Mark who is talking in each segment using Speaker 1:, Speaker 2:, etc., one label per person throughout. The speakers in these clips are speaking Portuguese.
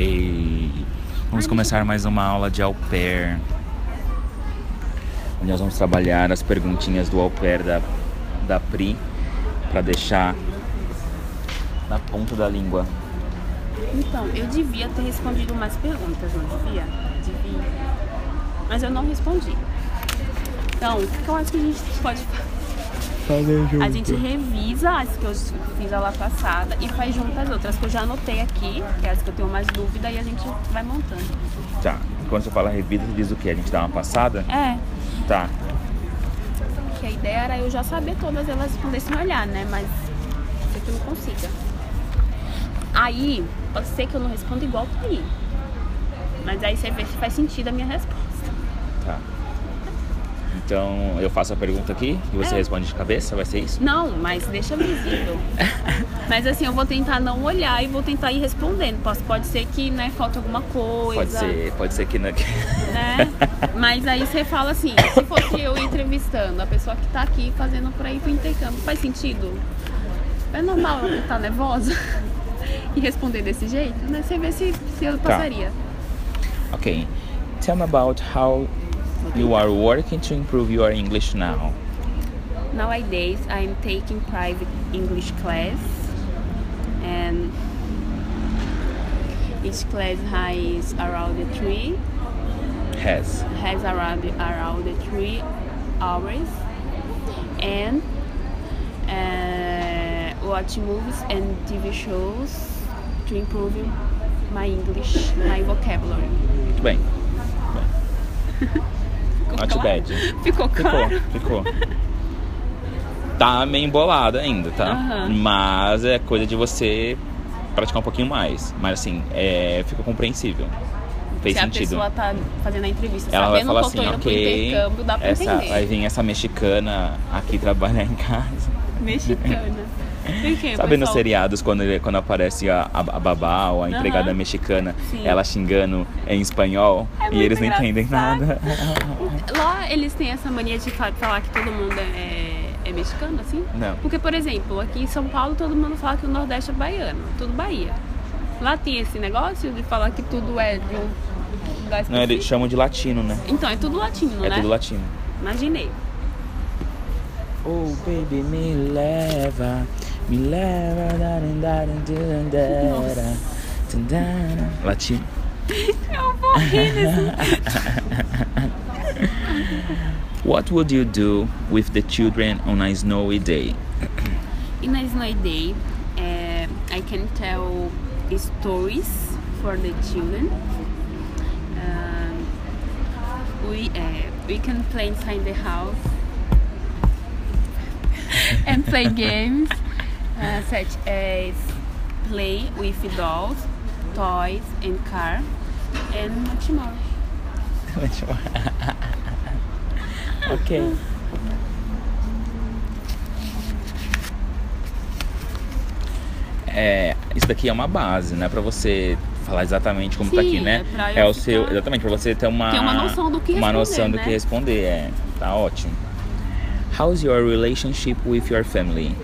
Speaker 1: Ok. Vamos começar mais uma aula de au pair. Onde nós vamos trabalhar as perguntinhas do au pair da, da Pri para deixar na ponta da língua.
Speaker 2: Então, eu devia ter respondido mais perguntas, não devia? Devia. Mas eu não respondi. Então, o que que eu acho que a gente pode fazer? A gente revisa as que eu fiz a aula passada e faz junto as outras que eu já anotei aqui, que é as que eu tenho mais dúvida, e a gente vai montando.
Speaker 1: Tá. Quando você fala revida, você diz o quê? A gente dá uma passada?
Speaker 2: É,
Speaker 1: Tá.
Speaker 2: que a ideia era eu já saber todas elas com desse olhar, né? Mas sei que eu não consiga. Aí, pode ser que eu não responda igual pra aí. Mas aí você vê se faz sentido a minha resposta.
Speaker 1: Tá. Então eu faço a pergunta aqui e você
Speaker 2: É.
Speaker 1: responde de cabeça? Vai ser isso?
Speaker 2: Não, mas deixa visível. mas assim, eu vou tentar não olhar e vou tentar ir respondendo. Posso- Pode ser que, né, falte alguma coisa.
Speaker 1: Pode ser, pode ser que. na-
Speaker 2: né? Mas aí você fala assim, se fosse eu entrevistando a pessoa que tá aqui fazendo por aí pro intercâmbio, faz sentido? É normal eu estar nervosa e responder desse jeito, né? Você vê se, se eu
Speaker 1: Tá.
Speaker 2: passaria.
Speaker 1: Okay. Tell me about how you are working to improve your English now.
Speaker 2: Nowadays I'm taking private English class and each class has around the three
Speaker 1: Has.
Speaker 2: has around around the three hours and uh, watch movies and TV shows to improve my English, my vocabulary.
Speaker 1: Muito bem.
Speaker 2: Ficou
Speaker 1: Not
Speaker 2: claro?
Speaker 1: bad. Ficou,
Speaker 2: Ficou claro?
Speaker 1: ficou. Tá meio embolado ainda, tá?
Speaker 2: Aham.
Speaker 1: Mas é coisa de você praticar um pouquinho mais. Mas assim, é, ficou compreensível. Fez
Speaker 2: Se
Speaker 1: sentido.
Speaker 2: a pessoa tá fazendo a entrevista
Speaker 1: Ela vai
Speaker 2: sabendo
Speaker 1: falar
Speaker 2: que eu
Speaker 1: assim,
Speaker 2: tô indo pro
Speaker 1: ok,
Speaker 2: intercâmbio, dá pra
Speaker 1: essa,
Speaker 2: entender.
Speaker 1: vai vir essa mexicana aqui trabalhar em casa.
Speaker 2: Mexicana. Por quê?
Speaker 1: Sabe nos
Speaker 2: pessoal?
Speaker 1: seriados quando, ele- quando aparece a, a, a babá ou a
Speaker 2: Aham.
Speaker 1: empregada mexicana,
Speaker 2: Sim.
Speaker 1: ela xingando em espanhol
Speaker 2: É
Speaker 1: e
Speaker 2: muito
Speaker 1: eles não entendem
Speaker 2: engraçado.
Speaker 1: nada?
Speaker 2: Lá eles têm essa mania de fa- falar que todo mundo é, é mexicano, assim?
Speaker 1: Não.
Speaker 2: Porque, por exemplo, aqui em São Paulo todo mundo fala que o Nordeste é baiano, tudo Bahia. Lá tem esse negócio de falar que tudo é de um lugar
Speaker 1: Não, eles
Speaker 2: específico.
Speaker 1: chamam de latino, né?
Speaker 2: Então, é tudo latino,
Speaker 1: É
Speaker 2: né?
Speaker 1: tudo latino.
Speaker 2: Imaginei.
Speaker 1: Oh, baby, me leva, me leva, darin, darin, dirin, dera, tindara. Latino.
Speaker 2: Eu vou rir nesse...
Speaker 1: What would you do with the children on a snowy day?
Speaker 2: In a snowy day, eh, I can tell stories for the children. Um, we eh, we can play inside the house and play games uh, such as play with dolls, toys, and car, and much more.
Speaker 1: ok. É, isso daqui é uma base, né? Pra você falar exatamente como tá
Speaker 2: Sim,
Speaker 1: aqui, né?
Speaker 2: é pra eu
Speaker 1: É o
Speaker 2: ficar-
Speaker 1: seu. Exatamente, pra você ter uma.
Speaker 2: Ter uma noção do que
Speaker 1: uma
Speaker 2: responder,
Speaker 1: noção do
Speaker 2: né?
Speaker 1: que responder, é. Tá ótimo. How's your relationship with your family?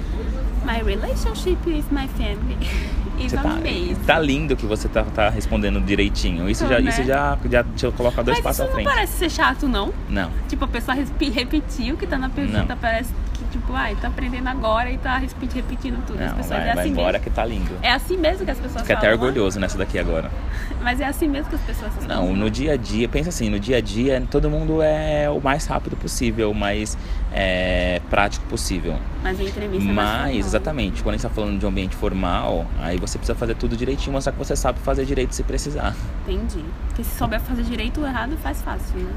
Speaker 2: My relationship with my family is
Speaker 1: Você tá,
Speaker 2: amazing.
Speaker 1: tá lindo que você tá, tá respondendo direitinho. Isso,
Speaker 2: Tô,
Speaker 1: já,
Speaker 2: né?
Speaker 1: isso já, já te coloca dois
Speaker 2: Mas
Speaker 1: passos
Speaker 2: isso
Speaker 1: à
Speaker 2: não
Speaker 1: frente.
Speaker 2: parece ser chato, não?
Speaker 1: Não.
Speaker 2: Tipo, a pessoa respi- repetiu o que tá na pergunta,
Speaker 1: Não.
Speaker 2: parece que, tipo, ai, tá aprendendo agora e tá respi- repetindo tudo. as
Speaker 1: Não, vai,
Speaker 2: pessoas é assim
Speaker 1: vai
Speaker 2: mesmo.
Speaker 1: embora que tá lindo.
Speaker 2: É assim mesmo que as pessoas
Speaker 1: Fiquei
Speaker 2: falam.
Speaker 1: até orgulhoso nessa daqui agora.
Speaker 2: né? Mas é assim mesmo que as pessoas falam.
Speaker 1: Não, no dia a dia, pensa assim, no dia a dia todo mundo é o mais rápido possível, o mais é, prático possível.
Speaker 2: Mas a entrevista é mais
Speaker 1: Mas,
Speaker 2: formal.
Speaker 1: exatamente, quando a gente tá falando de um ambiente formal, aí você precisa fazer tudo direitinho, mostrar que você sabe fazer direito se precisar.
Speaker 2: Entendi. Porque se souber fazer direito ou errado, faz fácil, né?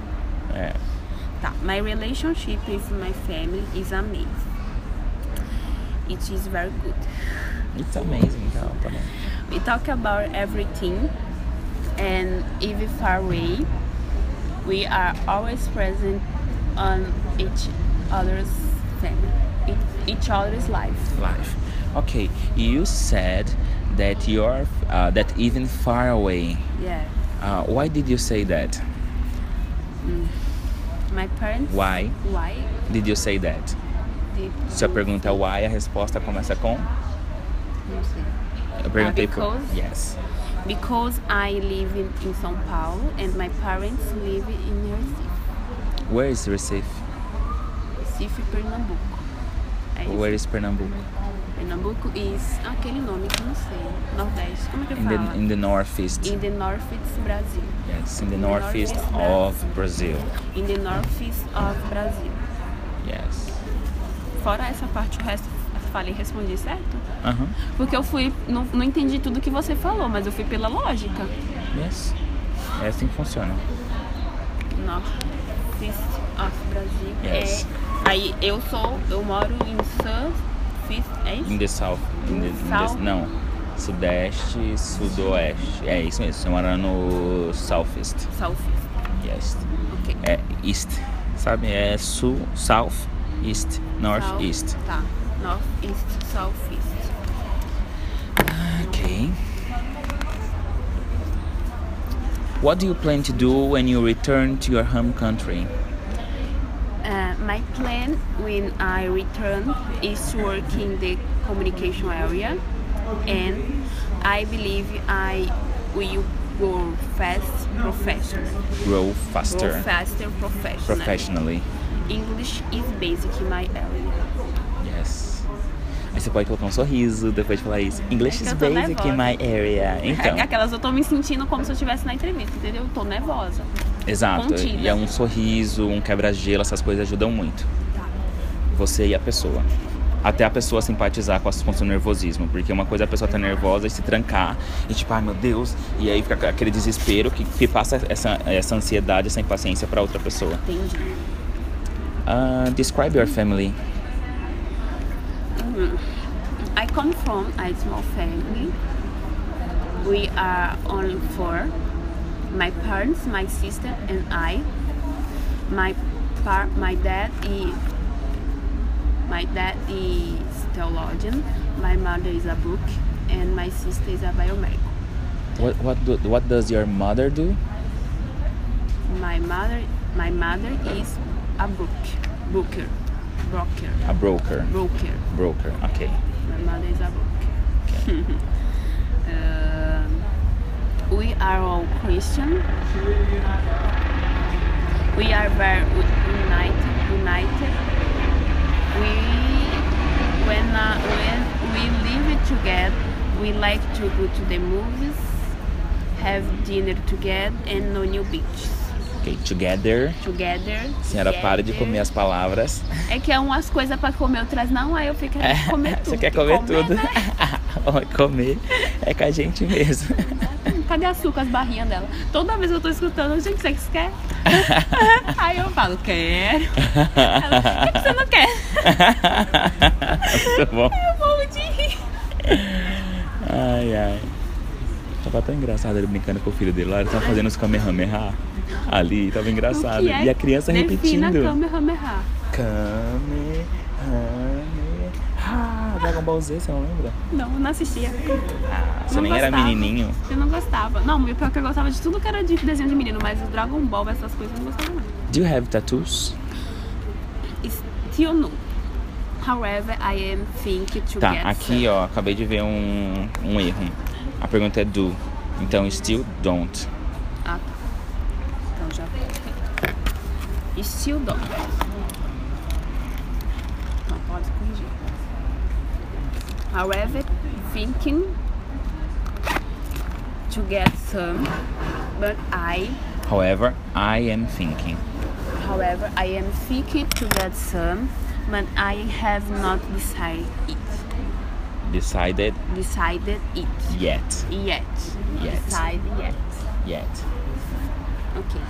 Speaker 1: É.
Speaker 2: Tá. My relationship with my family is amazing. It is very good.
Speaker 1: It's amazing, então, tá bom.
Speaker 2: We talk about everything and even far away. We are always present on each other's family, each- each other's life.
Speaker 1: Life. Ok, you said that you're, uh, that even far away.
Speaker 2: Yeah.
Speaker 1: Uh, why did you say that?
Speaker 2: My parents.
Speaker 1: Why
Speaker 2: Why
Speaker 1: did you say that?
Speaker 2: did
Speaker 1: Se a
Speaker 2: you-
Speaker 1: pergunta é why, a resposta começa com...
Speaker 2: Não sei.
Speaker 1: Eu perguntei por...
Speaker 2: because?
Speaker 1: Yes.
Speaker 2: Because I live in, in São Paulo and my parents live in Recife,
Speaker 1: Where is Recife?
Speaker 2: Recife, Pernambuco. É isso.
Speaker 1: Where is Pernambuco?
Speaker 2: Pernambuco is aquele nome que eu não sei. Nordeste. Como é que
Speaker 1: In the,
Speaker 2: fala?
Speaker 1: in the northeast.
Speaker 2: In the northeast Brazil.
Speaker 1: Yes, in the
Speaker 2: the
Speaker 1: northeast
Speaker 2: northeast
Speaker 1: of Brazil.
Speaker 2: In the northeast of Brazil.
Speaker 1: Yes.
Speaker 2: Fora essa parte, o resto falei, respondi certo?
Speaker 1: Uh-huh.
Speaker 2: Porque eu fui, não, não entendi tudo que você falou, mas eu fui pela lógica.
Speaker 1: Yes. É assim que funciona.
Speaker 2: Northeast of Brazil.
Speaker 1: Yes.
Speaker 2: É, aí eu sou, eu moro em Southeast, é
Speaker 1: In
Speaker 2: isso?
Speaker 1: the south. In the, in the-
Speaker 2: South?
Speaker 1: não. Sudeste, sudoeste. É isso mesmo. Você mora no southeast.
Speaker 2: Southeast,
Speaker 1: Yes.
Speaker 2: ok.
Speaker 1: É east. Sabe? É sul, south, east,
Speaker 2: South-
Speaker 1: northeast.
Speaker 2: Tá, Northeast, Southeast.
Speaker 1: Okay. What do you plan to do when you return to your home country?
Speaker 2: Uh, my plan when I return is to work in the communication area, and I believe I will grow fast professional.
Speaker 1: Grow
Speaker 2: Grow
Speaker 1: faster
Speaker 2: faster professional.
Speaker 1: professionally.
Speaker 2: English is basic in my area.
Speaker 1: Yes. Aí você pode colocar um sorriso depois de falar isso.
Speaker 2: É
Speaker 1: English
Speaker 2: que
Speaker 1: is
Speaker 2: eu tô
Speaker 1: basic in my area. Então,
Speaker 2: Aquelas eu tô me sentindo como se eu estivesse na entrevista, entendeu? Eu tô nervosa.
Speaker 1: exato.
Speaker 2: contida.
Speaker 1: E é um sorriso, um quebra-gelo, essas coisas ajudam muito.
Speaker 2: Tá.
Speaker 1: Você e a pessoa. Até a pessoa simpatizar com, a, com seu nervosismo. Porque uma coisa é a pessoa tá nervosa e se trancar. E tipo, ai meu Deus. E aí fica aquele desespero que, que passa essa, essa ansiedade, essa impaciência para outra pessoa.
Speaker 2: Entendi.
Speaker 1: Ah, describe your family.
Speaker 2: I come from a small family. We are only four. My parents, my sister, and I. My par- my dad is my dad is theologian. My mother is a book, and my sister is a biomedical.
Speaker 1: What, what, do, what does your mother do?
Speaker 2: My mother my mother is a book booker broker
Speaker 1: A broker.
Speaker 2: broker.
Speaker 1: Broker, ok.
Speaker 2: My mother is a book. Um, we are all Christian. We are very united. United. We when uh, when we live together, we like to go to the movies, have dinner together, and no new beaches
Speaker 1: Ok, together.
Speaker 2: together.
Speaker 1: Senhora, para de comer as palavras.
Speaker 2: É que é umas coisas pra comer, outras não. Aí eu fico querendo comer tudo.
Speaker 1: É, Você quer comer tudo?
Speaker 2: né?
Speaker 1: Vai comer é com a gente mesmo.
Speaker 2: Hum, Cadê açúcar, as barrinhas dela? Toda vez que eu tô escutando, gente, você que quer? Aí eu falo, quero. Ela, "Por que você não quer?
Speaker 1: Muito Tá bom.
Speaker 2: Eu morro de rir.
Speaker 1: Ai, ai. Tava tão engraçado ele brincando com o filho dele lá. Ele tava fazendo os kamehameha ali. Tava
Speaker 2: O
Speaker 1: engraçado.
Speaker 2: que é
Speaker 1: E a criança
Speaker 2: Defina
Speaker 1: repetindo.
Speaker 2: Kamehameha.
Speaker 1: Kamehameha. Dragon Ball Z, você não lembra?
Speaker 2: Não, eu não assistia.
Speaker 1: Ah, você
Speaker 2: Não
Speaker 1: nem era
Speaker 2: gostava.
Speaker 1: menininho.
Speaker 2: Eu não gostava. Não, o pior é que eu gostava de tudo que era de desenho de menino, mas o Dragon Ball, essas coisas, eu não gostava não.
Speaker 1: Do you have tattoos?
Speaker 2: Still no. However, I am thinking to
Speaker 1: Tá,
Speaker 2: get
Speaker 1: aqui ó, acabei de ver um, um erro. A pergunta é do. Então, still don't.
Speaker 2: Ah, tá. Então já coloquei. Still dog. Não pode corrigir. However, thinking to get some, but I,
Speaker 1: However, I am thinking.
Speaker 2: however, I am thinking to get some, but I have not decided it.
Speaker 1: Decided
Speaker 2: Decided it
Speaker 1: yet.
Speaker 2: yet.
Speaker 1: Yet.
Speaker 2: Decide yet.
Speaker 1: Yet.
Speaker 2: Okay.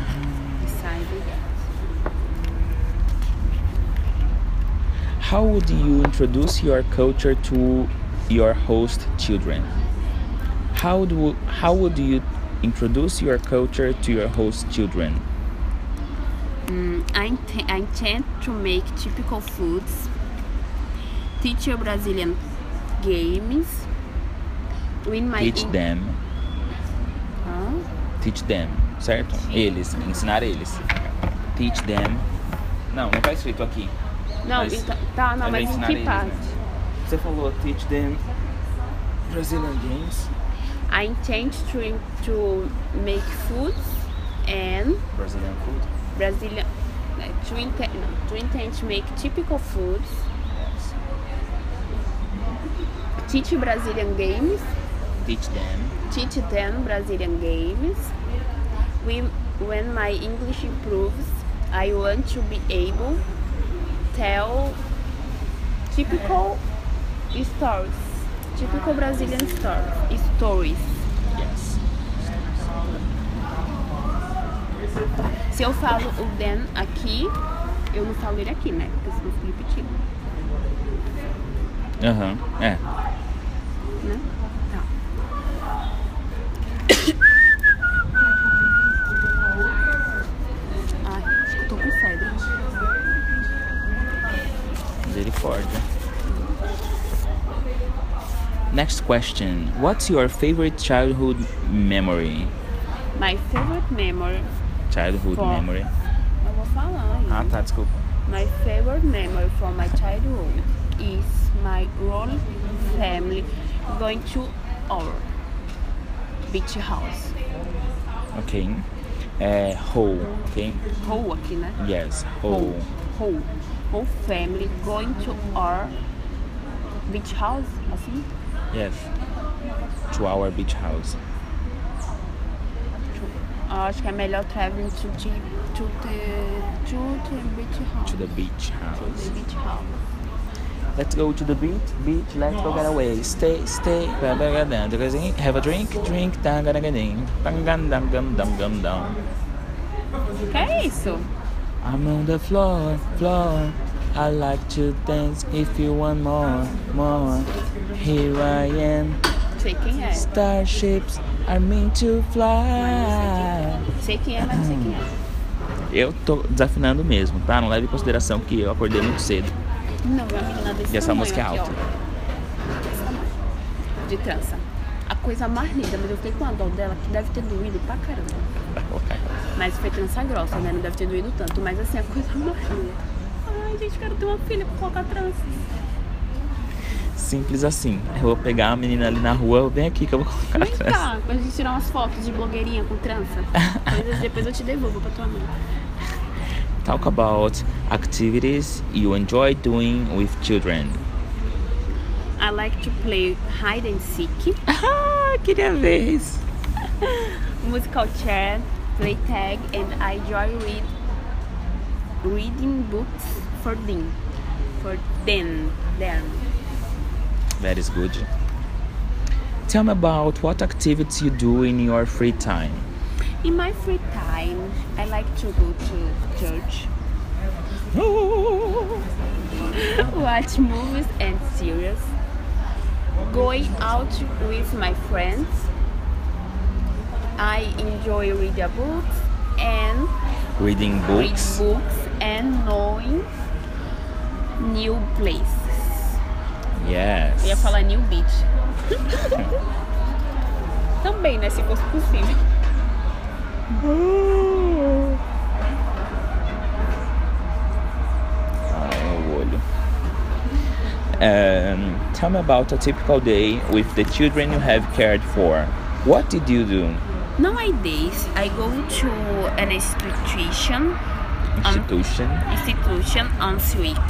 Speaker 2: Decided yet.
Speaker 1: How would you introduce your culture to your host children? How do how would you introduce your culture to your host children?
Speaker 2: I, int- I intend to make typical foods, teach your Brazilian games, win my
Speaker 1: Teach
Speaker 2: Eng-
Speaker 1: them.
Speaker 2: Hã?
Speaker 1: Teach them, certo? Eles, ensinar eles. Teach them. Não, não tá escrito aqui.
Speaker 2: Não,
Speaker 1: Mas
Speaker 2: então- tá, Ah, não,
Speaker 1: eu
Speaker 2: mas
Speaker 1: vou
Speaker 2: em
Speaker 1: ensinar né?
Speaker 2: que
Speaker 1: eles,
Speaker 2: parte?
Speaker 1: né? Você falou teach them Brazilian games.
Speaker 2: I intend to, to make food and
Speaker 1: Brazilian food.
Speaker 2: Brazilian. uh, To intend, no, to intend to make typical foods, teach Brazilian games,
Speaker 1: Teach them.
Speaker 2: teach them Brazilian games. We, when my English improves, I want to be able tell typical stories, typical Brazilian stories. Stories.
Speaker 1: Yes.
Speaker 2: Se eu falo o then aqui, eu não falo ele aqui, né? Porque senão fica repetindo,
Speaker 1: Aham. É.
Speaker 2: né? Tá. Ai, acho que eu tô com febre.
Speaker 1: Misericórdia. Next question. What's your favorite childhood memory?
Speaker 2: My favorite memory.
Speaker 1: Childhood
Speaker 2: Qual?
Speaker 1: memory.
Speaker 2: Eu vou falar ainda.
Speaker 1: Ah, tá, desculpa.
Speaker 2: My favorite memory from my childhood is my whole family going to our beach house.
Speaker 1: Ok. É, whole, ok?
Speaker 2: Whole aqui, né?
Speaker 1: Yes,
Speaker 2: Whole.
Speaker 1: whole.
Speaker 2: Whole. Whole family going to our beach house, assim?
Speaker 1: Yes. To our beach house.
Speaker 2: To, acho que é melhor traveling to the, to the, to the beach house.
Speaker 1: To the beach
Speaker 2: To
Speaker 1: house.
Speaker 2: the beach house.
Speaker 1: Let's go to the beach, beach, let's go get away. Stay, stay, blah, blah, blah, blah, blah, blah. have a drink, drink, dang, dang, dang, dang, dang, dang, dang, dang, dang, dang.
Speaker 2: Que é isso?
Speaker 1: I'm on the floor, floor. I like to dance if you want more, more. Here I am.
Speaker 2: Sei quem é.
Speaker 1: Starships are meant to fly.
Speaker 2: Sei quem é, mas não sei quem é.
Speaker 1: Eu tô desafinando mesmo, tá? Não leve em consideração que eu acordei muito cedo.
Speaker 2: Não, é uma menina desse
Speaker 1: E essa
Speaker 2: tamanho
Speaker 1: música é
Speaker 2: aqui,
Speaker 1: alta.
Speaker 2: ó. Desse tamanho. De trança. A coisa mais linda, mas eu fiquei com a dor dela que deve ter doído pra caramba. Mas foi trança grossa, né? Não deve ter doído tanto. Mas assim, a coisa mais linda. Ai, gente, quero ter uma filha pra colocar trança.
Speaker 1: Simples assim. Eu vou pegar a menina ali na rua, vem aqui que eu vou colocar.
Speaker 2: Vem
Speaker 1: atrás.
Speaker 2: cá, pra gente tirar umas fotos de blogueirinha com trança. Coisas depois eu te devolvo pra tua mãe.
Speaker 1: Talk about activities you enjoy doing with children.
Speaker 2: I like to play hide and seek,
Speaker 1: Ah, queria ver isso.
Speaker 2: musical chair, play tag, and I enjoy read, reading books for them. For them, them.
Speaker 1: That is good. Tell me about what activities you do in your free time.
Speaker 2: In my free time, I like to go to church, watch movies and series, going out with my friends. I enjoy reading books and
Speaker 1: Reading
Speaker 2: read
Speaker 1: books.
Speaker 2: books and knowing new places.
Speaker 1: Yes.
Speaker 2: Eu ia falar New Beach. Também, né? Se fosse possível.
Speaker 1: Ah, o olho. Um, tell me about a typical day with the children you have cared for. What did you do?
Speaker 2: Nowadays, I go to an institution, um,
Speaker 1: Institution
Speaker 2: institution once a week.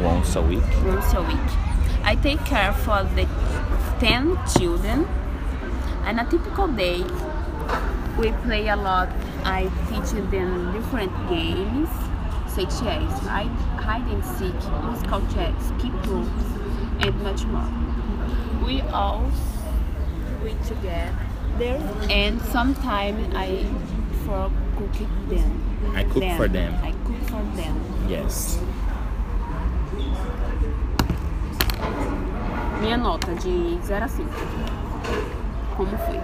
Speaker 1: once a week.
Speaker 2: Once a week. I take care for the 10 children. On a typical day, we play a lot. I teach them different games, such as hide, hide and seek, musical chairs, skip ropes, and much more. We all we together and sometimes I for cook it them.
Speaker 1: I cook for them.
Speaker 2: I cook for them.
Speaker 1: Yes.
Speaker 2: Minha nota de 0 a 5. Como foi?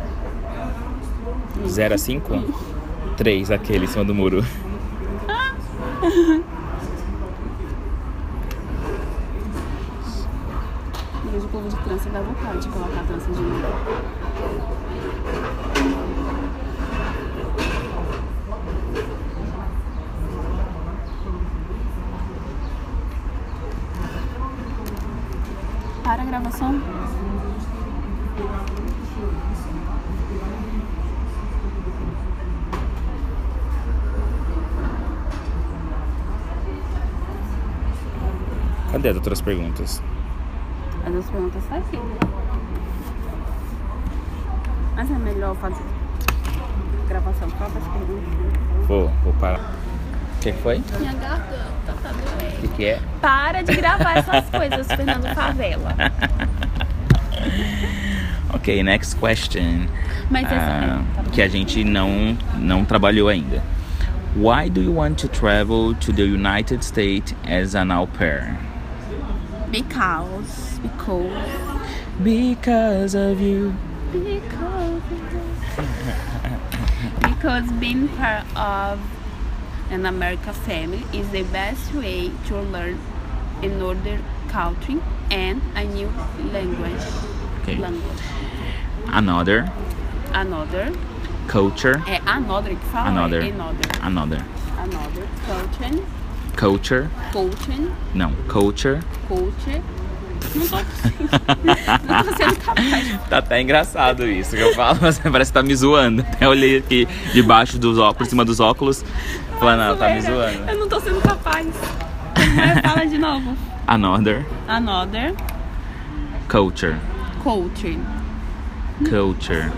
Speaker 1: 0 a 5? 3 aquele em cima do muro.
Speaker 2: Eu vejo o povo de trança e dá vontade de colocar a trança de novo. Para a gravação?
Speaker 1: Cadê as outras perguntas?
Speaker 2: As outras perguntas tá aqui. Mas é melhor fazer gravação só das perguntas.
Speaker 1: Vou, vou parar. O que foi?
Speaker 2: Minha garganta tá doendo.
Speaker 1: O que, que é?
Speaker 2: Para de gravar essas coisas, Fernando Favela.
Speaker 1: Ok, next question.
Speaker 2: Mas essa-
Speaker 1: Ah,
Speaker 2: tá bom.
Speaker 1: que a gente não, não trabalhou ainda. Why do you want to travel to the United States as an au pair?
Speaker 2: Because, because,
Speaker 1: Because of you.
Speaker 2: because, because being part of an American family is the best way to learn another country and a new language.
Speaker 1: Okay.
Speaker 2: Language.
Speaker 1: Another.
Speaker 2: Another
Speaker 1: Culture.
Speaker 2: é another que fala
Speaker 1: Another.
Speaker 2: é another
Speaker 1: Another.
Speaker 2: another culture
Speaker 1: Culture.
Speaker 2: coaching
Speaker 1: Não, culture.
Speaker 2: coach não tô não tô sendo capaz
Speaker 1: Tá até engraçado isso que eu falo, mas parece que tá me zoando. Até olhei aqui debaixo dos óculos, por cima dos óculos, falando, "Ah, tá me
Speaker 2: Zoeira.
Speaker 1: zoando.
Speaker 2: Eu não tô sendo capaz. Mas fala de novo.
Speaker 1: Another
Speaker 2: Another
Speaker 1: culture,
Speaker 2: culture.
Speaker 1: culture,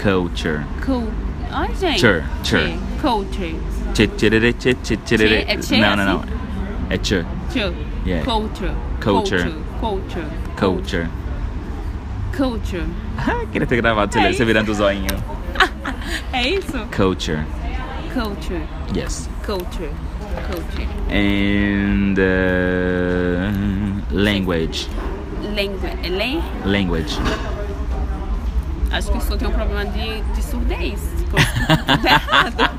Speaker 1: culture.
Speaker 2: Cul... Ai, gente.
Speaker 1: Sure, sure.
Speaker 2: Culture.
Speaker 1: Tchê, tchê, tchê, tchê, tchê,
Speaker 2: É tchê,
Speaker 1: Não, não, não.
Speaker 2: assim?
Speaker 1: É tchê.
Speaker 2: Sure.
Speaker 1: Yeah.
Speaker 2: Culture.
Speaker 1: Culture.
Speaker 2: Culture.
Speaker 1: Culture.
Speaker 2: Culture.
Speaker 1: Ah, queria ter gravado
Speaker 2: É
Speaker 1: você,
Speaker 2: isso.
Speaker 1: você virando o zoinho.
Speaker 2: É isso?
Speaker 1: Culture.
Speaker 2: Culture.
Speaker 1: Yes.
Speaker 2: Culture. Culture.
Speaker 1: And uh, language.
Speaker 2: Language. Lan...
Speaker 1: Language.
Speaker 2: Acho que isso tem um problema de, de surdez. Ficou tudo errado.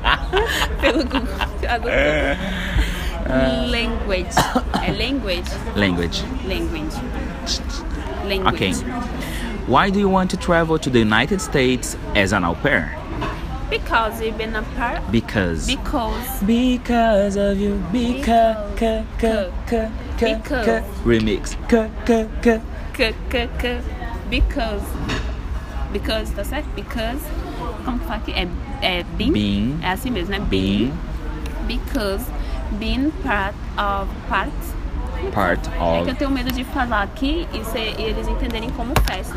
Speaker 2: Pelo Google.
Speaker 1: É.
Speaker 2: adotou. Language. É language.
Speaker 1: Language.
Speaker 2: Language. Language.
Speaker 1: Okay. Why do you want to travel to the United States as an au pair?
Speaker 2: Because we've been apart.
Speaker 1: Because.
Speaker 2: Because.
Speaker 1: Because of you,
Speaker 2: Because.
Speaker 1: c- c- c- c-
Speaker 2: Because.
Speaker 1: c- remix. C- c- c-
Speaker 2: C, c, c, because. Because, tá certo? Because. Como que fala aqui? É, é been?
Speaker 1: Been.
Speaker 2: É assim mesmo, né?
Speaker 1: Being
Speaker 2: Because being part of part.
Speaker 1: part
Speaker 2: É
Speaker 1: of.
Speaker 2: que eu tenho medo de falar aqui e, ser- e eles entenderem como festa.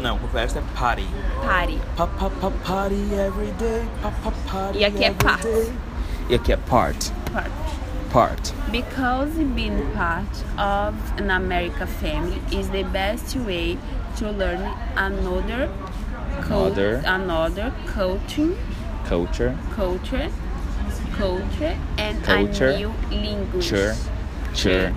Speaker 1: Não, o verso é party.
Speaker 2: Party.
Speaker 1: Pa, pa, pa, party every day. Pa, pa, party
Speaker 2: E aqui é
Speaker 1: every
Speaker 2: part.
Speaker 1: day. E aqui é part.
Speaker 2: Part.
Speaker 1: Part.
Speaker 2: Because being part of an American family is the best way to learn another cult-
Speaker 1: Another.
Speaker 2: another culture,
Speaker 1: Culture.
Speaker 2: culture, culture, and
Speaker 1: Culture.
Speaker 2: a new language.
Speaker 1: Chur. Chur.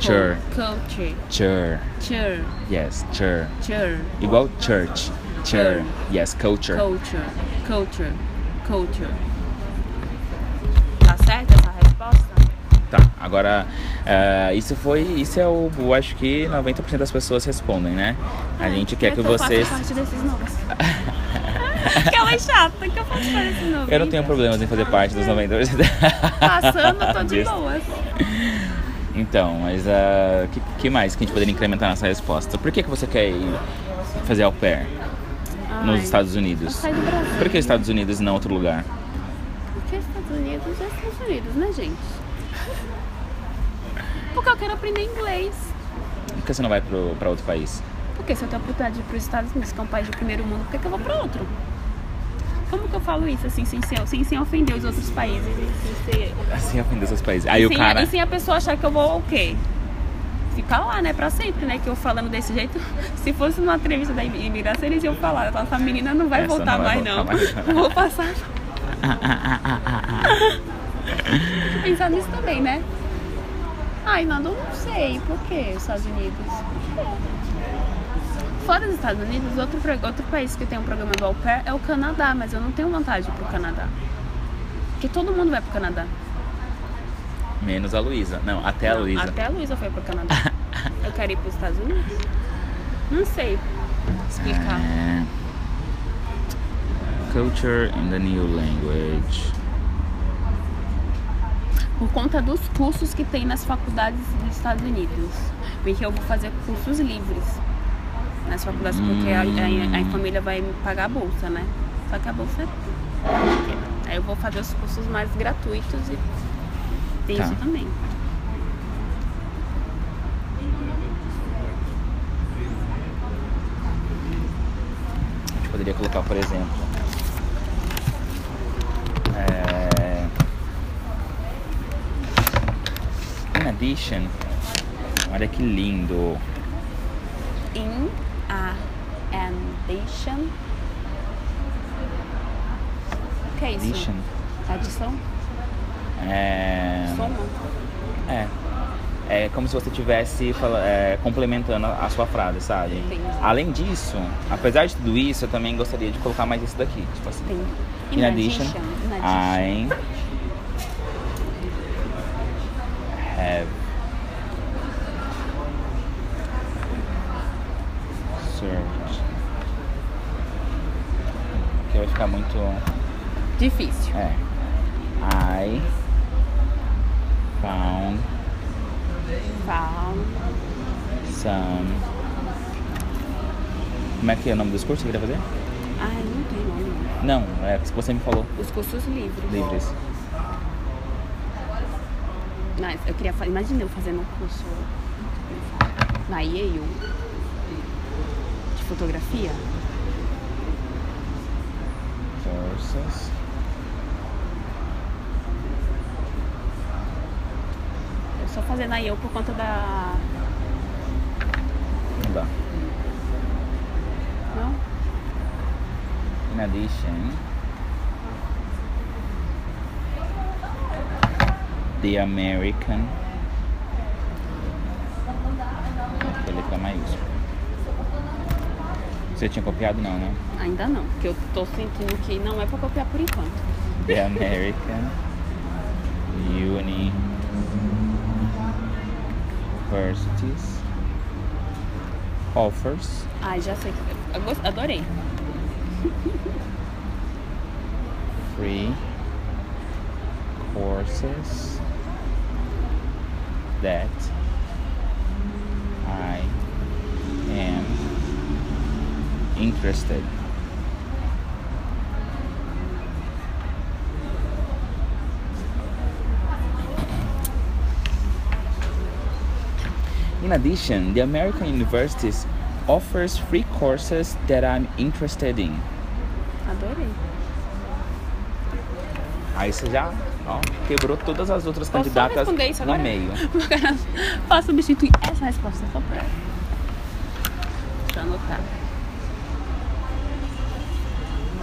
Speaker 2: Cul-
Speaker 1: Chur.
Speaker 2: Culture.
Speaker 1: Chur.
Speaker 2: Chur.
Speaker 1: Yes, chur.
Speaker 2: Chur.
Speaker 1: Igual church. Chur.
Speaker 2: Chur.
Speaker 1: Yes, culture.
Speaker 2: Culture. Culture. Culture. Tá certa essa resposta?
Speaker 1: Tá, agora ah, isso foi. Isso é o. eu acho que 90% das pessoas respondem, né? A gente quer que
Speaker 2: Ah, É. eu faço
Speaker 1: vocês.
Speaker 2: parte desses novos. que ela é chata, que eu faço parte desses novos.
Speaker 1: Eu não tenho problemas em fazer parte dos 92.
Speaker 2: Passando, eu tô de
Speaker 1: Besta.
Speaker 2: boas.
Speaker 1: Então, mas o que, que mais que a gente poderia incrementar nessa resposta? Por que, que você quer ir fazer au pair nos
Speaker 2: Ai,
Speaker 1: Estados
Speaker 2: eu
Speaker 1: Unidos?
Speaker 2: saio do Brasil.
Speaker 1: Por que Estados Unidos e não outro lugar?
Speaker 2: Porque Estados Unidos é Estados Unidos, né, gente? Porque eu quero aprender inglês.
Speaker 1: Por que você não vai pro, pra outro país?
Speaker 2: Porque se eu tenho a oportunidade de ir para os Estados Unidos, que é um país de primeiro mundo, por que, que eu vou para outro? Como que eu falo isso assim, sem, ser, sem, sem ofender os outros países? e Sem, ser,
Speaker 1: Assim, aprender esses países. Aí o
Speaker 2: sem,
Speaker 1: cara.
Speaker 2: e sem a pessoa achar que eu vou o quê? Ficar lá, né, pra sempre, né? Que eu falando desse jeito, se fosse numa entrevista da imigração, eles iam falar, essa menina não vai
Speaker 1: Essa
Speaker 2: voltar
Speaker 1: não vai
Speaker 2: mais,
Speaker 1: voltar
Speaker 2: não.
Speaker 1: mais.
Speaker 2: Vou passar. Tem que pensar nisso também, né? Ai, Nando, eu não sei. Por que os Estados Unidos? Fora dos Estados Unidos, outro, pro- outro país que tem um programa do au pair é o Canadá, mas eu não tenho vontade de ir pro Canadá. Porque todo mundo vai pro Canadá.
Speaker 1: Menos a Luísa. Não, até a
Speaker 2: Não,
Speaker 1: Luísa.
Speaker 2: Até a Luísa foi pro Canadá. Eu quero ir pros Estados Unidos. Não sei explicar.
Speaker 1: É. Culture in the new language.
Speaker 2: Por conta dos cursos que tem nas faculdades dos Estados Unidos. Porque eu vou fazer cursos livres nas faculdades, porque a, a-
Speaker 1: Hum.
Speaker 2: a família vai me pagar a bolsa, né? Só que a bolsa é. Aí eu vou fazer os cursos mais gratuitos e tem
Speaker 1: Tá.
Speaker 2: isso também.
Speaker 1: poderia colocar, por exemplo. É... In addition. Olha que lindo.
Speaker 2: In a addition. O que é isso?
Speaker 1: Addition.
Speaker 2: Adição?
Speaker 1: É...
Speaker 2: Soma?
Speaker 1: É. É como se você estivesse complementando a sua frase, sabe?
Speaker 2: Entendi.
Speaker 1: Além disso, apesar de tudo isso, eu também gostaria de colocar mais isso daqui. Tipo assim.
Speaker 2: Tem.
Speaker 1: In addition,
Speaker 2: In addition.
Speaker 1: I have served. Que vai ficar muito.
Speaker 2: Difícil.
Speaker 1: É. I found
Speaker 2: Found.
Speaker 1: some. Como é que é o nome dos cursos que você queria fazer?
Speaker 2: Ai, não tem nome.
Speaker 1: Não, é que você me falou.
Speaker 2: Os cursos livres.
Speaker 1: Livres.
Speaker 2: Mas eu queria fazer. Imagina eu fazendo um curso na Yale de fotografia.
Speaker 1: Versus.
Speaker 2: Eu só fazendo na Yale por conta da.
Speaker 1: Não dá.
Speaker 2: Não?
Speaker 1: In addition, the American. Que letra maiúscula. Você tinha copiado? Não, né?
Speaker 2: Ainda não. Porque eu tô sentindo que não é pra copiar por enquanto.
Speaker 1: The American Universities offers
Speaker 2: Ai, já sei. que- eu gost- Adorei.
Speaker 1: free courses that I am interested. In addition, the American universities offers free courses that I'm interested in.
Speaker 2: Adorei.
Speaker 1: Aí você já ó, quebrou todas as outras
Speaker 2: Posso só
Speaker 1: candidatas
Speaker 2: responder isso
Speaker 1: no
Speaker 2: agora?
Speaker 1: meio.
Speaker 2: Posso substituir essa resposta só pra ela. Pra anotar.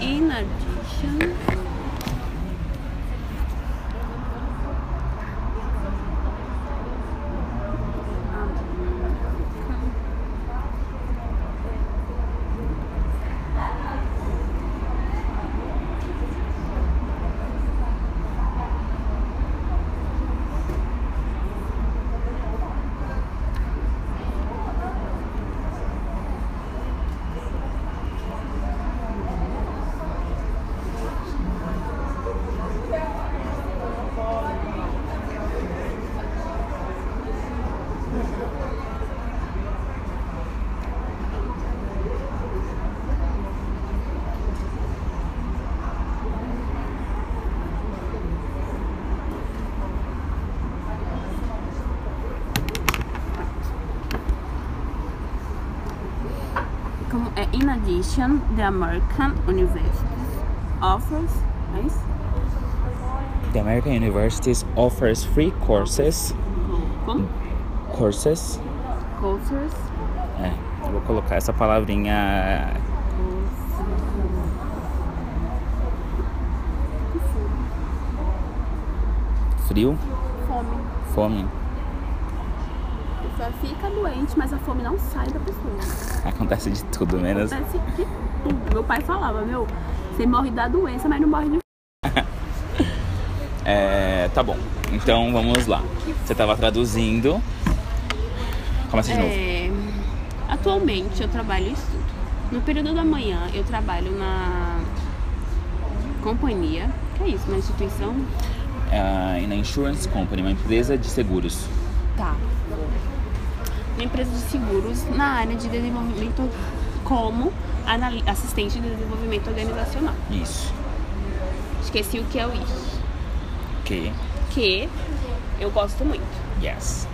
Speaker 2: In addition. Como é, in addition, the American Universities offers. É isso?
Speaker 1: The American universities offers free courses,
Speaker 2: Como?
Speaker 1: courses.
Speaker 2: Courses.
Speaker 1: É, eu vou colocar essa palavrinha é, frio,
Speaker 2: Fome.
Speaker 1: fome.
Speaker 2: A pessoa fica doente, mas a fome não sai da pessoa.
Speaker 1: Acontece de tudo, menos.
Speaker 2: Parece que tudo. Meu pai falava, meu, você morre da doença, mas não morre de
Speaker 1: É, tá bom. Então vamos lá. Você tava traduzindo. Começa de novo.
Speaker 2: É, atualmente eu trabalho e estudo. No período da manhã eu trabalho na companhia, que é isso, na instituição.
Speaker 1: É, na Insurance Company, uma empresa de seguros.
Speaker 2: Tá. Uma empresa de seguros na área de desenvolvimento como anali- assistente de desenvolvimento organizacional.
Speaker 1: Isso.
Speaker 2: Esqueci o que é o IS,
Speaker 1: Ok.
Speaker 2: que eu gosto muito.
Speaker 1: Yes.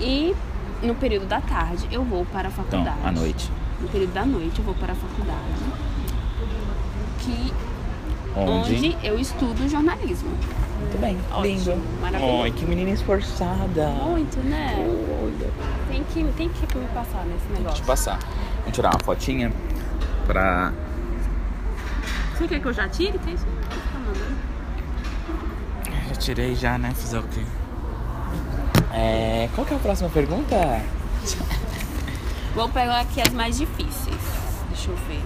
Speaker 2: E no período da tarde eu vou para a
Speaker 1: Então,
Speaker 2: faculdade.
Speaker 1: à noite.
Speaker 2: No período da noite eu vou para a faculdade
Speaker 1: Onde?
Speaker 2: onde eu estudo jornalismo.
Speaker 1: Muito bem.
Speaker 2: Ótimo, maravilhoso.
Speaker 1: Ai, que menina esforçada.
Speaker 2: Muito, né?
Speaker 1: Olha.
Speaker 2: Tem que, tem que me passar nesse
Speaker 1: Deixa eu
Speaker 2: negócio.
Speaker 1: passar. Vou tirar uma fotinha pra.
Speaker 2: Você quer que eu já tire? Tem isso? Tá mandando.
Speaker 1: Já tirei já, né? Fazer o quê? É. Qual que é a próxima pergunta?
Speaker 2: Vou pegar aqui as mais difíceis. Deixa eu ver.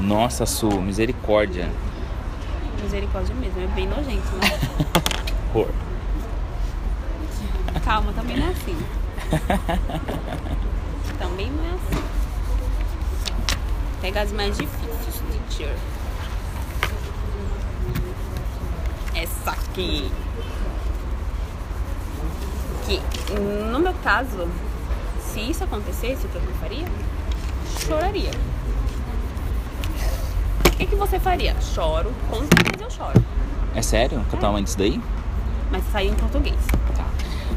Speaker 1: Nossa, Su, misericórdia.
Speaker 2: Misericórdia mesmo, é bem nojento, né?
Speaker 1: Por.
Speaker 2: Calma, também não é assim. também não é assim. Pega as mais difíceis, teacher. Essa aqui. Que, no meu caso, se isso acontecesse, o que eu não faria? Choraria. O que, que você faria? Choro, com certeza eu choro.
Speaker 1: É sério? Totalmente isso daí?
Speaker 2: Mas saiu em português.
Speaker 1: Tá.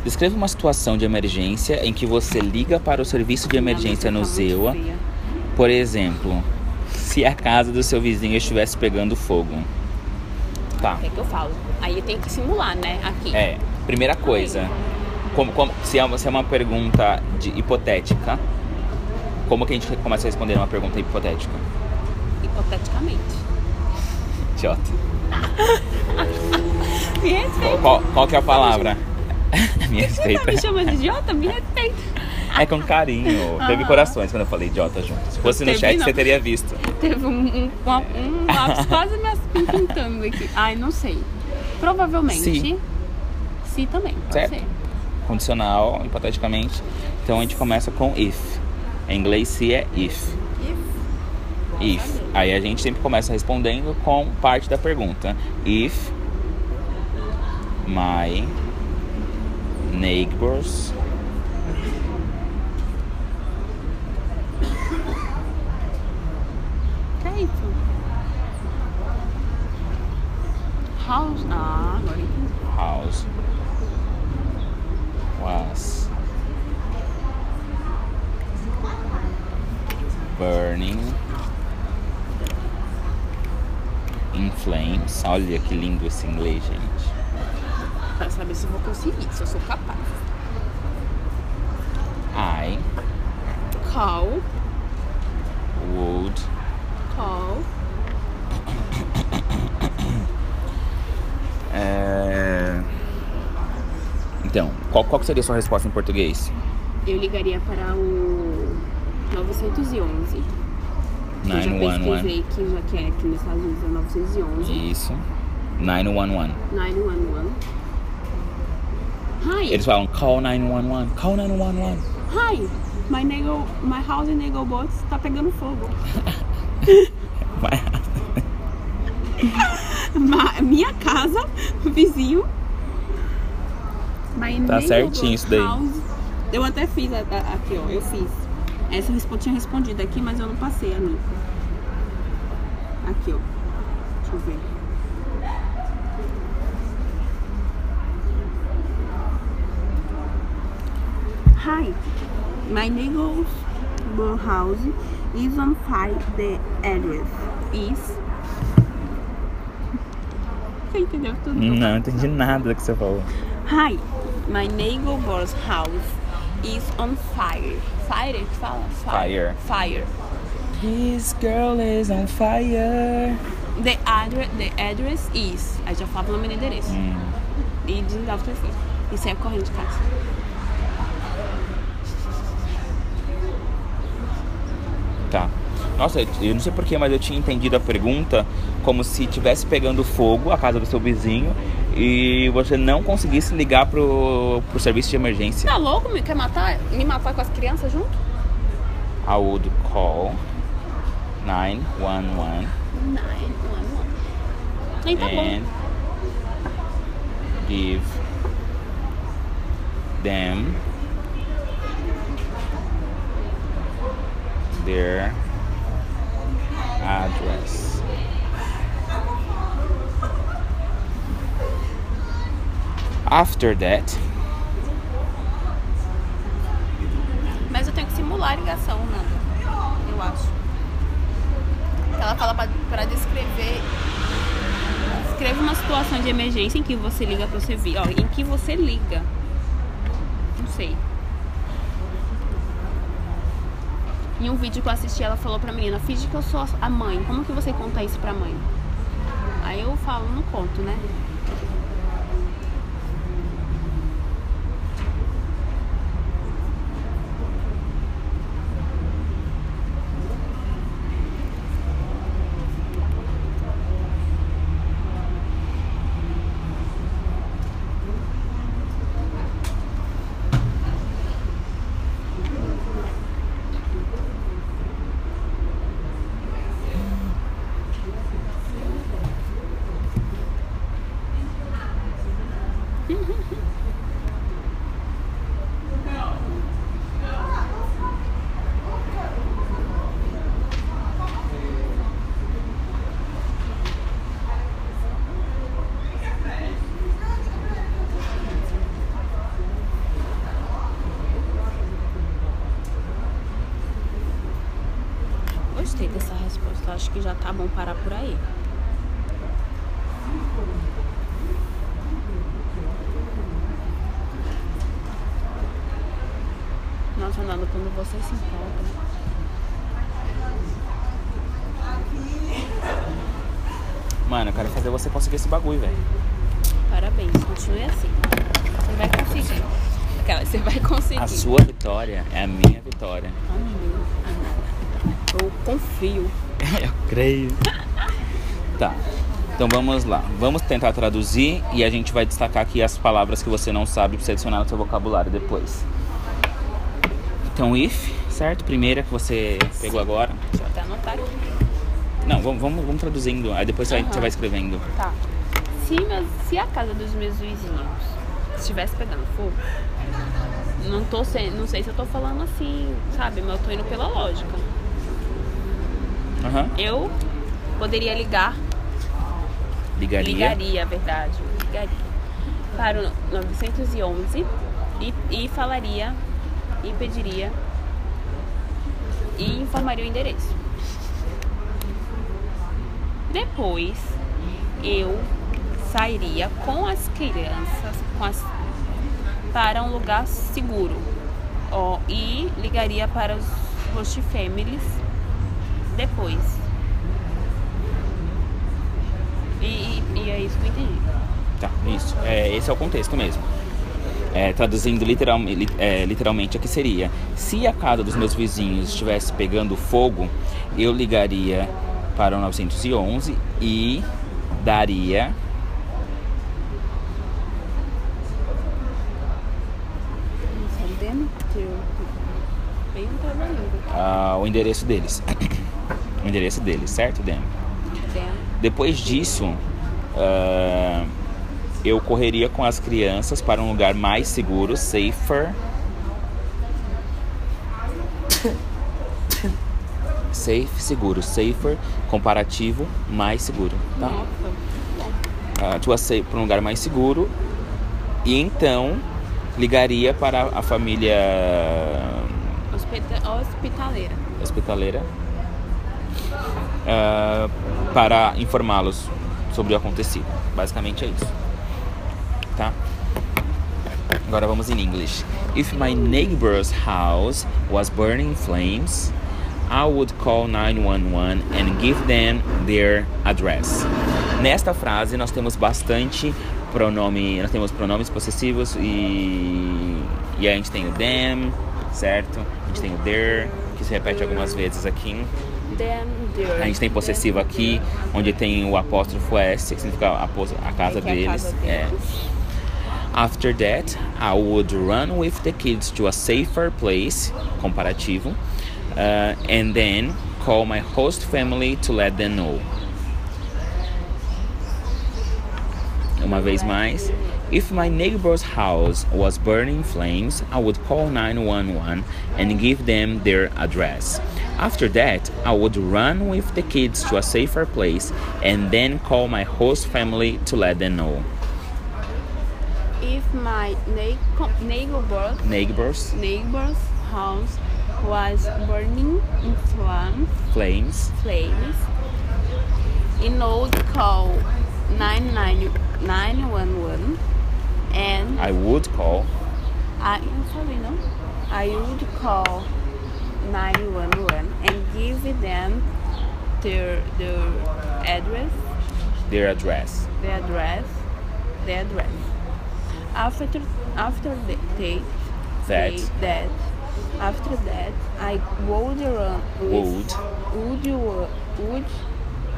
Speaker 1: Descreva uma situação de emergência em que você liga para o serviço de emergência no
Speaker 2: Minha música tá
Speaker 1: ZEUA.
Speaker 2: muito feia.
Speaker 1: Por exemplo, se a casa do seu vizinho estivesse pegando fogo. Tá.
Speaker 2: O que é que eu falo? Aí tem que simular, né? Aqui.
Speaker 1: É, primeira coisa. Como, como- se, é uma, se é uma pergunta de- hipotética, como que a gente começa a responder uma pergunta hipotética?
Speaker 2: Hipoteticamente.
Speaker 1: Idiota.
Speaker 2: Me respeita.
Speaker 1: Qual, qual, qual que é a palavra? Me
Speaker 2: Você tá me
Speaker 1: respeita.
Speaker 2: chamando de idiota? Me respeita.
Speaker 1: É com carinho. Teve corações quando eu falei idiota junto. Se fosse no
Speaker 2: Ah. Teve,
Speaker 1: chat,
Speaker 2: não.
Speaker 1: você teria visto.
Speaker 2: Teve um, um, uma- um lápis quase me as- me pintando aqui. Ai, não sei. Provavelmente.
Speaker 1: Se.
Speaker 2: Se também. Pode
Speaker 1: Certo.
Speaker 2: ser.
Speaker 1: Condicional, hipoteticamente. Então a gente começa com if. Em inglês, se é if. If. Aí a gente sempre começa respondendo com parte da pergunta. If my neighbors
Speaker 2: Que é isso? House. Ah, agora entendi.
Speaker 1: house was burning in flames. Olha que lindo esse inglês, gente.
Speaker 2: Quero saber se eu vou conseguir, se eu sou capaz.
Speaker 1: I
Speaker 2: Call.
Speaker 1: would
Speaker 2: Call.
Speaker 1: É... Então, qual, qual que seria a sua resposta em português?
Speaker 2: Eu ligaria para o 911. Eu já
Speaker 1: 911.
Speaker 2: pesquisei que já que é aqui nos Estados Unidos é 911.
Speaker 1: Isso. 911.
Speaker 2: 911. Hi,
Speaker 1: Eles falam call 911, call 911.
Speaker 2: hi. My nego, my house in Nego Box tá pegando fogo.
Speaker 1: Vai.
Speaker 2: Ma- minha casa, vizinho. My
Speaker 1: Tá
Speaker 2: neighborhood
Speaker 1: certinho isso daí.
Speaker 2: house. Eu até fiz a- a- aqui, ó. Eu fiz. Essa eu respo- tinha respondido aqui, mas eu não passei a minha. Aqui, ó. Deixa eu ver. Hi, my neighbor's house is on fire. The address is. Você entendeu tudo?
Speaker 1: Não, não entendi nada do que você falou.
Speaker 2: Hi, my neighbor's house is on fire. Fire que fala?
Speaker 1: Fire.
Speaker 2: Fire.
Speaker 1: This girl is on fire.
Speaker 2: The address, the address is. Aí já falava o nome do endereço.
Speaker 1: Hum,
Speaker 2: E desligava o telefone. Isso é corrente, cara.
Speaker 1: tá. Nossa, eu- eu não sei porquê, mas eu tinha entendido a pergunta como se tivesse pegando fogo a casa do seu vizinho e você não conseguisse ligar pro, pro serviço de emergência.
Speaker 2: Tá louco? Me quer matar? Me matar com as crianças junto?
Speaker 1: I would call 911
Speaker 2: Não, é, não, não. Nem tá bom.
Speaker 1: and give them their address. After that,
Speaker 2: Mas eu tenho que simular a ligação, né? Eu acho. Ela fala pra, pra descrever descreve uma situação de emergência em que você liga pro serviço. Ó, em que você liga. Não sei. Em um vídeo que eu assisti, ela falou pra menina, finge que eu sou a mãe. Como que você conta isso pra mãe? Aí eu falo, não conto, né? Gostei dessa resposta. Acho que já tá bom parar por aí. Nossa, Nando, quando você se empolga.
Speaker 1: Mano, eu quero fazer você conseguir esse bagulho, velho.
Speaker 2: Parabéns, continue assim. Você vai conseguir. Aquela, você vai conseguir.
Speaker 1: A sua vitória é a minha vitória.
Speaker 2: Amém. Eu confio.
Speaker 1: Eu creio. Tá. Então vamos lá. Vamos tentar traduzir e a gente vai destacar aqui as palavras que você não sabe pra você adicionar no seu vocabulário depois. Então, if, certo? Primeira que você pegou agora.
Speaker 2: Deixa eu até anotar Tá aqui.
Speaker 1: Não, vamos, vamos, vamos traduzindo. Aí depois você, vai,
Speaker 2: Aham.
Speaker 1: você vai escrevendo.
Speaker 2: Tá. Se, meus- se a casa dos meus vizinhos estivesse pegando fogo, não, tô se- não sei se eu tô falando assim, sabe? Mas eu tô indo pela lógica.
Speaker 1: Aham.
Speaker 2: Eu poderia ligar,
Speaker 1: Ligaria.
Speaker 2: ligaria, a verdade, ligaria para o 911 e, e falaria e pediria e informaria o endereço. Depois eu sairia com as crianças com as- para um lugar seguro ó, e ligaria para os host families depois. E, e- e é isso que eu entendi.
Speaker 1: Tá, isso. É, esse é o contexto mesmo. É, traduzindo literal, li- é, literalmente aqui seria: se a casa dos meus vizinhos estivesse pegando fogo, eu ligaria para o 911 e daria.
Speaker 2: Entendendo? Bem trabalhando.
Speaker 1: ah, o endereço deles. o endereço deles, certo, Dan?
Speaker 2: tá Entendendo?
Speaker 1: Depois disso, ah, eu correria com as crianças para um lugar mais seguro, safer. Safe, seguro, safer, comparativo, mais seguro. Tá?
Speaker 2: Nossa.
Speaker 1: Ah, tu a safe para um lugar mais seguro e então ligaria para a família
Speaker 2: Hospita- hospitaleira.
Speaker 1: hospitaleira ah, para informá-los sobre o acontecido. Basicamente é isso. Tá? Agora vamos em inglês. If my neighbor's house was burning in flames, I would call 911 and give them their address. Nesta frase nós temos bastante pronome, nós temos pronomes possessivos e e a gente tem o them, certo? A gente tem o their, que se repete algumas vezes aqui.
Speaker 2: Them, their-
Speaker 1: A gente tem possessivo aqui, onde tem o apóstrofo S, que significa a, pos- a casa
Speaker 2: Que é a
Speaker 1: deles.
Speaker 2: casa
Speaker 1: É.
Speaker 2: deles.
Speaker 1: After that, I would run with the kids to a safer place, comparativo, uh, and then call my host family to let them know. Uma vez mais. If my neighbor's house was burning in flames, I would call 911 and give them their address. After that, I would run with the kids to a safer place and then call my host family to let them know.
Speaker 2: If my neighbor, neighbor,
Speaker 1: Neighbors,
Speaker 2: neighbor's house was burning in flames,
Speaker 1: flames,
Speaker 2: flames, you know, call 999 911 and
Speaker 1: I would call.
Speaker 2: I eu falei não? I would call 911 and give them their their address,
Speaker 1: Their address.
Speaker 2: the address, the address. After after the date,
Speaker 1: That.
Speaker 2: say that after that I would run with, would you would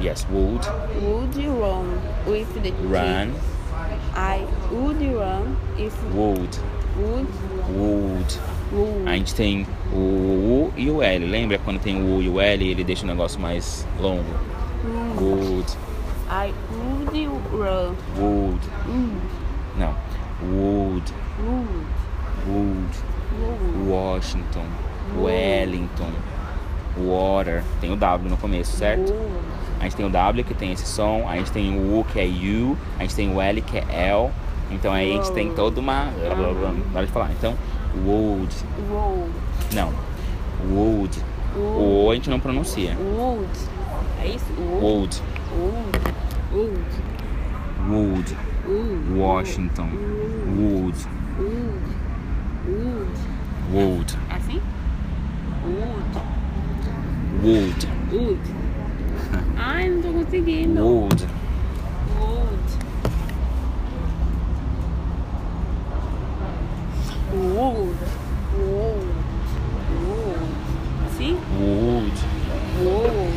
Speaker 1: Yes, would
Speaker 2: would you run with the
Speaker 1: run.
Speaker 2: kids? I would run if
Speaker 1: Would.
Speaker 2: would
Speaker 1: Would.
Speaker 2: would
Speaker 1: A gente tem o U e o L. Lembra quando tem o U e o L ele deixa o negócio mais longo?
Speaker 2: would,
Speaker 1: Would.
Speaker 2: I would run
Speaker 1: Would.
Speaker 2: mm,
Speaker 1: Não. Would.
Speaker 2: would
Speaker 1: Would.
Speaker 2: would
Speaker 1: Washington. Wellington. Water. Tem o W no começo, certo?
Speaker 2: would.
Speaker 1: A gente tem o W que tem esse som, a gente tem o U que é U, a gente tem o L que é L. Então aí a gente tem toda uma. Blá, blá, blá, na hora de falar. Então, would.
Speaker 2: Wold.
Speaker 1: Não. Would. O O a gente não pronuncia.
Speaker 2: Wold. É isso? Wold.
Speaker 1: Would.
Speaker 2: Wold. Wold.
Speaker 1: Would.
Speaker 2: Wold.
Speaker 1: Washington. Would.
Speaker 2: Wold. Wold.
Speaker 1: Would.
Speaker 2: É assim? Wold.
Speaker 1: Would.
Speaker 2: Wold. Ai, não tô conseguindo.
Speaker 1: Would.
Speaker 2: Wold. Wold. Wold. Wold. Assim?
Speaker 1: Would.
Speaker 2: Wold.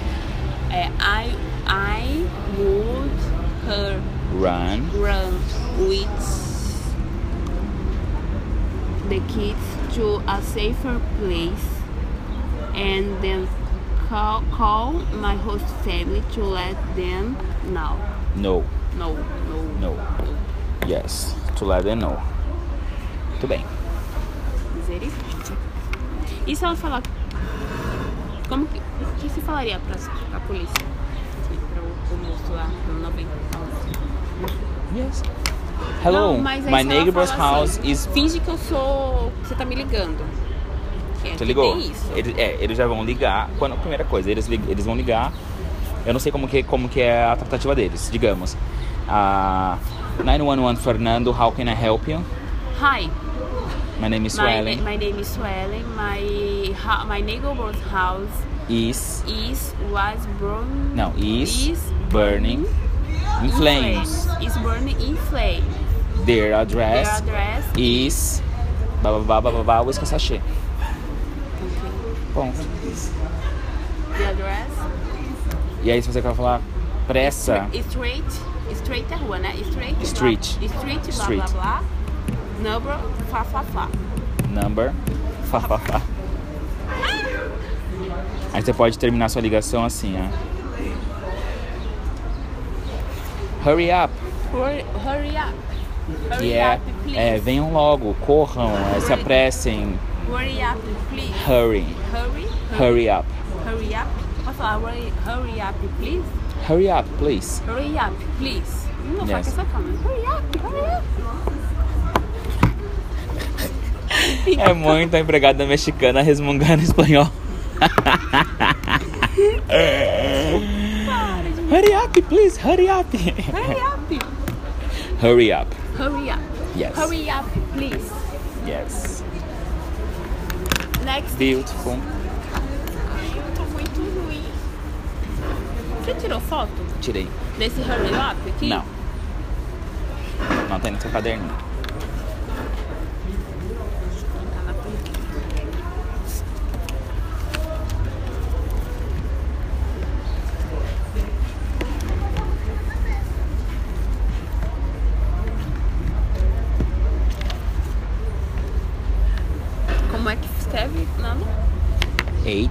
Speaker 2: É I, I would her.
Speaker 1: Run.
Speaker 2: run with the kids to a safer place and then call, call my host family to let them know.
Speaker 1: No.
Speaker 2: No, no,
Speaker 1: No. Yes. To let them know. Muito bem.
Speaker 2: Misericórdia. E se ela falar. Como que. O que se falaria pra, pra polícia? Pra o, o moço lá, do 90.
Speaker 1: Yes. Hello.
Speaker 2: Não, mas aí
Speaker 1: My
Speaker 2: se ela
Speaker 1: neighbor's
Speaker 2: fala
Speaker 1: house
Speaker 2: assim,
Speaker 1: is
Speaker 2: Finge que eu sou. que Você tá me ligando. É,
Speaker 1: Você ligou?
Speaker 2: Tem isso.
Speaker 1: Eles, é, eles já vão ligar. Quando, primeira coisa, eles, lig- eles vão ligar. Eu não sei como que, como que é a tratativa deles, digamos. Ah, 911 Fernando, how can I help you?
Speaker 2: Hi.
Speaker 1: My name is
Speaker 2: My,
Speaker 1: Suelen.
Speaker 2: na- my name is Suelen. My ho- my neighbor's house
Speaker 1: Is.
Speaker 2: is was burning.
Speaker 1: Não, is, burning in flames.
Speaker 2: Is burning in flames.
Speaker 1: Their
Speaker 2: Their
Speaker 1: address
Speaker 2: address.
Speaker 1: is. Blá blá blá blá blá blá, whisky sachê.
Speaker 2: Okay.
Speaker 1: Ponto.
Speaker 2: The address.
Speaker 1: E aí, se você quer falar pressa,
Speaker 2: Street. Street é rua, né? Street. blá-
Speaker 1: Street.
Speaker 2: Street. Blá
Speaker 1: Street.
Speaker 2: blá blá. Number. Fá fá fá.
Speaker 1: number. Fá, fá, fá. Aí você pode terminar sua ligação assim, ó. Hurry up.
Speaker 2: Hurry, hurry up. Hurry
Speaker 1: Que é,
Speaker 2: up, please.
Speaker 1: é, venham logo, corram, é, se apressem.
Speaker 2: Hurry up, please.
Speaker 1: Hurry.
Speaker 2: Hurry.
Speaker 1: Hurry up.
Speaker 2: Hurry up. Posso falar hurry, hurry up, please?
Speaker 1: Hurry up, please.
Speaker 2: Hurry up, please. Não
Speaker 1: Yes.
Speaker 2: faça essa câmera. Hurry up, hurry up.
Speaker 1: É muito a empregada mexicana resmungando em espanhol.
Speaker 2: Para de me...
Speaker 1: Hurry up, please, hurry up. hurry
Speaker 2: Hurry up.
Speaker 1: up.
Speaker 2: Hurry up.
Speaker 1: Yes.
Speaker 2: Hurry up, please.
Speaker 1: Yes.
Speaker 2: Next.
Speaker 1: Beautiful.
Speaker 2: Ai, eu tô muito ruim. Você tirou foto
Speaker 1: Tirei.
Speaker 2: desse hurry up aqui?
Speaker 1: Não. Não tem no seu caderninho.
Speaker 2: Tá na perna. Como é que escreve? Nada?
Speaker 1: H.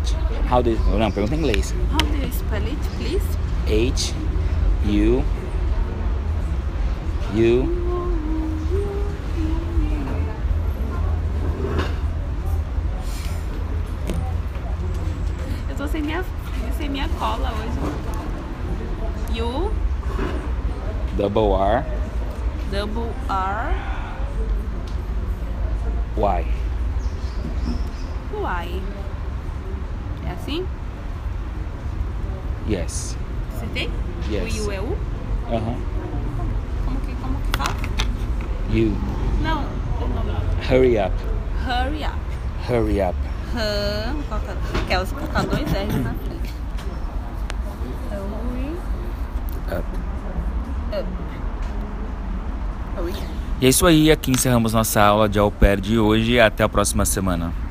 Speaker 1: How do you, Não, pergunta em inglês.
Speaker 2: How do you spell it, please?
Speaker 1: H. U. U.
Speaker 2: Eu tô sem minha, sem minha cola hoje. U,
Speaker 1: Double R.
Speaker 2: double R,
Speaker 1: Y.
Speaker 2: Y. É assim?
Speaker 1: Yes.
Speaker 2: Acertei?
Speaker 1: Yes.
Speaker 2: O U é U?
Speaker 1: Aham. You
Speaker 2: Não, o nome.
Speaker 1: hurry up.
Speaker 2: Hurry up.
Speaker 1: Hurry up.
Speaker 2: Hum, coloca- que é os colocar dois R's na frente. É Hurry
Speaker 1: up.
Speaker 2: up. Hurry up. É
Speaker 1: E é isso aí, aqui encerramos nossa aula de au pair de hoje. Até a próxima semana.